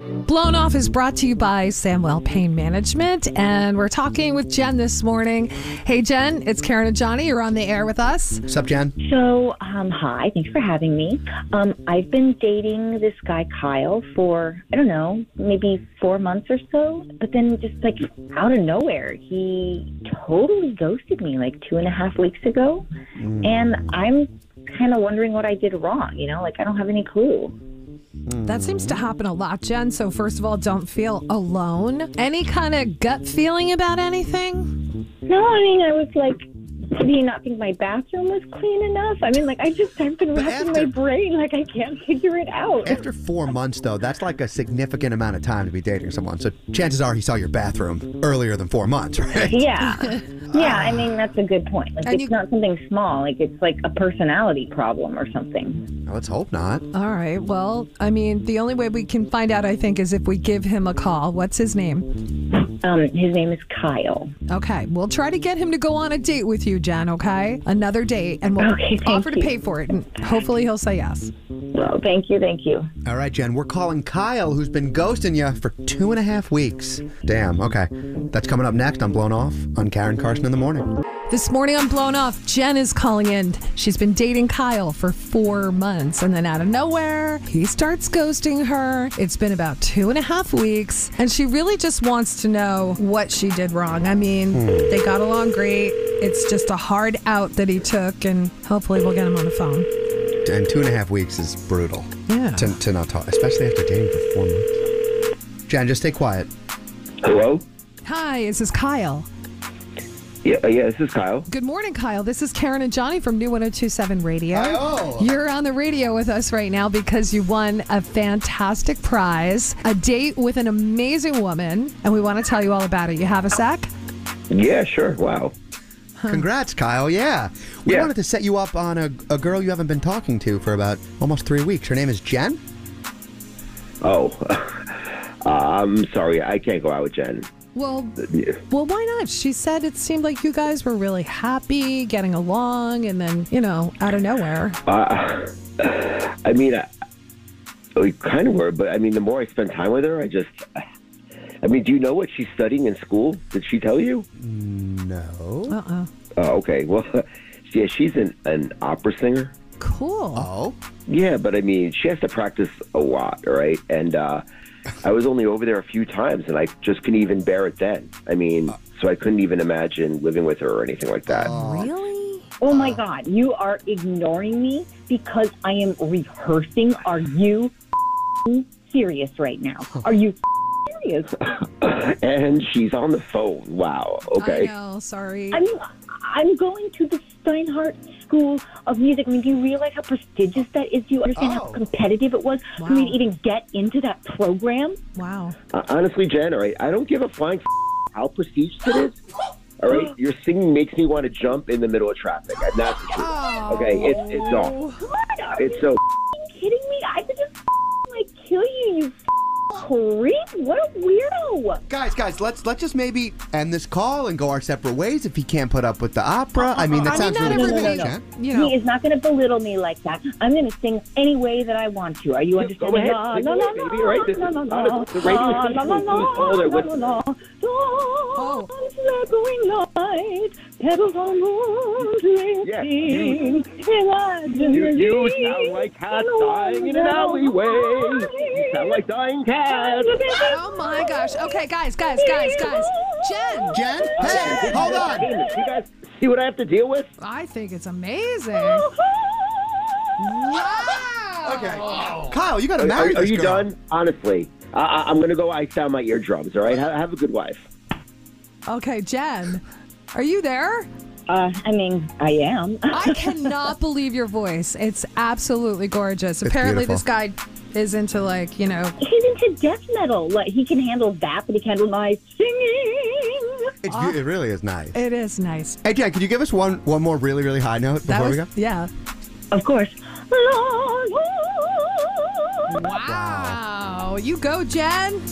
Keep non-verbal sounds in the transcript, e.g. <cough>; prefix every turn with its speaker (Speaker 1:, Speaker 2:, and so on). Speaker 1: Blown Off is brought to you by Samwell Pain Management, and we're talking with Jen this morning. Hey, Jen, it's Karen and Johnny. You're on the air with us.
Speaker 2: What's up, Jen?
Speaker 3: So, um, hi, thanks for having me. Um, I've been dating this guy, Kyle, for, I don't know, maybe four months or so. But then, just like out of nowhere, he totally ghosted me like two and a half weeks ago. And I'm kind of wondering what I did wrong, you know? Like, I don't have any clue.
Speaker 1: That seems to happen a lot, Jen. So, first of all, don't feel alone. Any kind of gut feeling about anything?
Speaker 3: No, I mean, I was like, do you not think my bathroom was clean enough? I mean, like, I just, I've been
Speaker 2: But
Speaker 3: racking
Speaker 2: after-
Speaker 3: my brain. Like, I can't figure it out.
Speaker 2: After four months, though, that's like a significant amount of time to be dating someone. So chances are he saw your bathroom earlier than four months, <laughs>
Speaker 1: <laughs>
Speaker 2: right?
Speaker 3: Yeah. Yeah, I mean, that's a good point. Like,
Speaker 1: And
Speaker 3: it's
Speaker 1: you-
Speaker 3: not something small. Like, it's like a personality problem or something.
Speaker 2: Let's hope not.
Speaker 1: All right. Well, I mean, the only way we can find out, I think, is if we give him a call. What's his name?
Speaker 3: Um, his name is Kyle.
Speaker 1: Okay. We'll try to get him to go on a date with you, Jen, okay? Another date, and we'll
Speaker 3: Okay, thank
Speaker 1: offer to
Speaker 3: you.
Speaker 1: pay for it. And hopefully, he'll say yes.
Speaker 3: Well, thank you, thank you.
Speaker 2: All right, Jen, we're calling Kyle, who's been ghosting you for two and a half weeks. Damn, okay. That's coming up next on Blown Off on Karen Carson in the Morning.
Speaker 1: This morning on Blown Off, Jen is calling in. She's been dating Kyle for four months, and then out of nowhere, he starts ghosting her. It's been about two and a half weeks, and she really just wants to know what she did wrong. I mean, they got along great. It's just a hard out that he took, and hopefully, we'll get him on the phone.
Speaker 2: And two and a half weeks is brutal
Speaker 1: Yeah.
Speaker 2: to, to not talk, especially after dating for four months. Jen, just stay quiet.
Speaker 4: Hello?
Speaker 1: Hi, this is Kyle.
Speaker 4: Yeah, uh, yeah, this is Kyle.
Speaker 1: Good morning, Kyle. This is Karen and Johnny from New 1027 Radio.
Speaker 2: Kyle.
Speaker 1: You're on the radio with us right now because you won a fantastic prize a date with an amazing woman, and we want to tell you all about it. You have a sec?
Speaker 4: Yeah, sure. Wow.
Speaker 2: Congrats, Kyle. Yeah. We
Speaker 4: Yeah.
Speaker 2: wanted to set you up on a, a girl you haven't been talking to for about almost three weeks. Her name is Jen.
Speaker 4: Oh, <laughs> I'm sorry. I can't go out with Jen.
Speaker 1: Well,
Speaker 4: Yeah.
Speaker 1: well, why not? She said it seemed like you guys were really happy, getting along, and then, you know, out of nowhere.
Speaker 4: Uh, <laughs> I mean, I, we kind of were, but I mean, the more I spend time with her, I just. I mean, do you know what she's studying in school? Did she tell you?
Speaker 2: No.
Speaker 1: Uh-oh.
Speaker 4: Oh, okay. Well, <laughs> yeah, she's an, an opera singer.
Speaker 1: Cool.
Speaker 2: Oh.
Speaker 4: Yeah, but I mean, she has to practice a lot, all right? And uh, I was only over there a few times, and I just couldn't even bear it then. I mean, so I couldn't even imagine living with her or anything like that.
Speaker 2: Uh,
Speaker 1: Really?
Speaker 3: Oh my God, you are ignoring me because I am rehearsing. Are you f***ing serious
Speaker 1: <laughs>
Speaker 3: right now? Are you f***ing serious?
Speaker 4: <laughs> and she's on the phone. Wow.
Speaker 1: I
Speaker 4: Okay.
Speaker 1: know. Sorry.
Speaker 3: I mean, I'm going to the Steinhardt School of Music. I mean, do you realize how prestigious that is? Do you understand how
Speaker 2: Oh.
Speaker 3: competitive it was for me
Speaker 1: Wow.
Speaker 3: to even get into that program?
Speaker 1: wow.
Speaker 4: Uh, honestly, Jen, all right, I don't give a flying f- how prestigious it is. All right,
Speaker 1: <gasps>
Speaker 4: your singing makes me want to jump in the middle of traffic. And that's the truth. Okay, it's it's
Speaker 1: Oh.
Speaker 4: awful.
Speaker 3: What? Are
Speaker 4: It's so.
Speaker 3: you kidding me? I could just f***ing, like kill you, you f***ing creep. What a weirdo.
Speaker 2: Guys, guys, let's let's just maybe end this call and go our separate ways if he can't put up with the opera. I mean, that
Speaker 1: I mean,
Speaker 2: sounds
Speaker 1: not
Speaker 2: really
Speaker 1: everybody-
Speaker 2: foolish, huh?
Speaker 1: You know.
Speaker 3: He is not going to belittle me like that. I'm going to sing any way that I want to. Are you
Speaker 4: go
Speaker 3: understanding?
Speaker 4: ahead.
Speaker 3: La,
Speaker 4: Sing
Speaker 3: la,
Speaker 4: away,
Speaker 3: la,
Speaker 4: baby.
Speaker 3: la,
Speaker 4: Right, this is-
Speaker 3: la, la,
Speaker 4: honest,
Speaker 3: la,
Speaker 4: the radio
Speaker 3: la,
Speaker 4: station
Speaker 3: la, la,
Speaker 4: is all there with-
Speaker 3: la, la, la.
Speaker 1: Oh.
Speaker 3: Dawn's flickering light, petals on moon
Speaker 4: Yeah,
Speaker 3: drifting. Imagine
Speaker 4: You, you
Speaker 3: me
Speaker 4: sound like cats
Speaker 3: in a
Speaker 4: dying in an alleyway.
Speaker 3: world
Speaker 4: You sound like dying cats.
Speaker 1: Oh my gosh. Okay, guys, guys, guys, guys. Jen,
Speaker 2: Jen, hey, hold on.
Speaker 4: You guys see what I have to deal with?
Speaker 1: I think it's amazing. Wow.
Speaker 2: Kyle, you got to
Speaker 4: Are,
Speaker 2: marry
Speaker 4: are
Speaker 2: this
Speaker 4: you
Speaker 2: girl.
Speaker 4: done? Honestly, I, I, I'm gonna go ice down my eardrums. All right, have, have a good wife.
Speaker 1: Okay, Jen, are you there?
Speaker 3: Uh, I mean, I am. <laughs>
Speaker 1: I
Speaker 2: <laughs>
Speaker 1: cannot believe your voice. It's absolutely gorgeous. Apparently,
Speaker 2: beautiful.
Speaker 1: this guy is into like, you know,
Speaker 3: He's into death metal. Like he can handle that, but he can handle my singing.
Speaker 2: It's,
Speaker 1: Uh,
Speaker 2: be- it really is nice.
Speaker 1: it is nice.
Speaker 2: Hey, Jen, could you give us one one more really really high note before
Speaker 1: That
Speaker 2: we
Speaker 1: was,
Speaker 2: go?
Speaker 1: yeah.
Speaker 3: Of course.
Speaker 1: Wow. You go, Jen.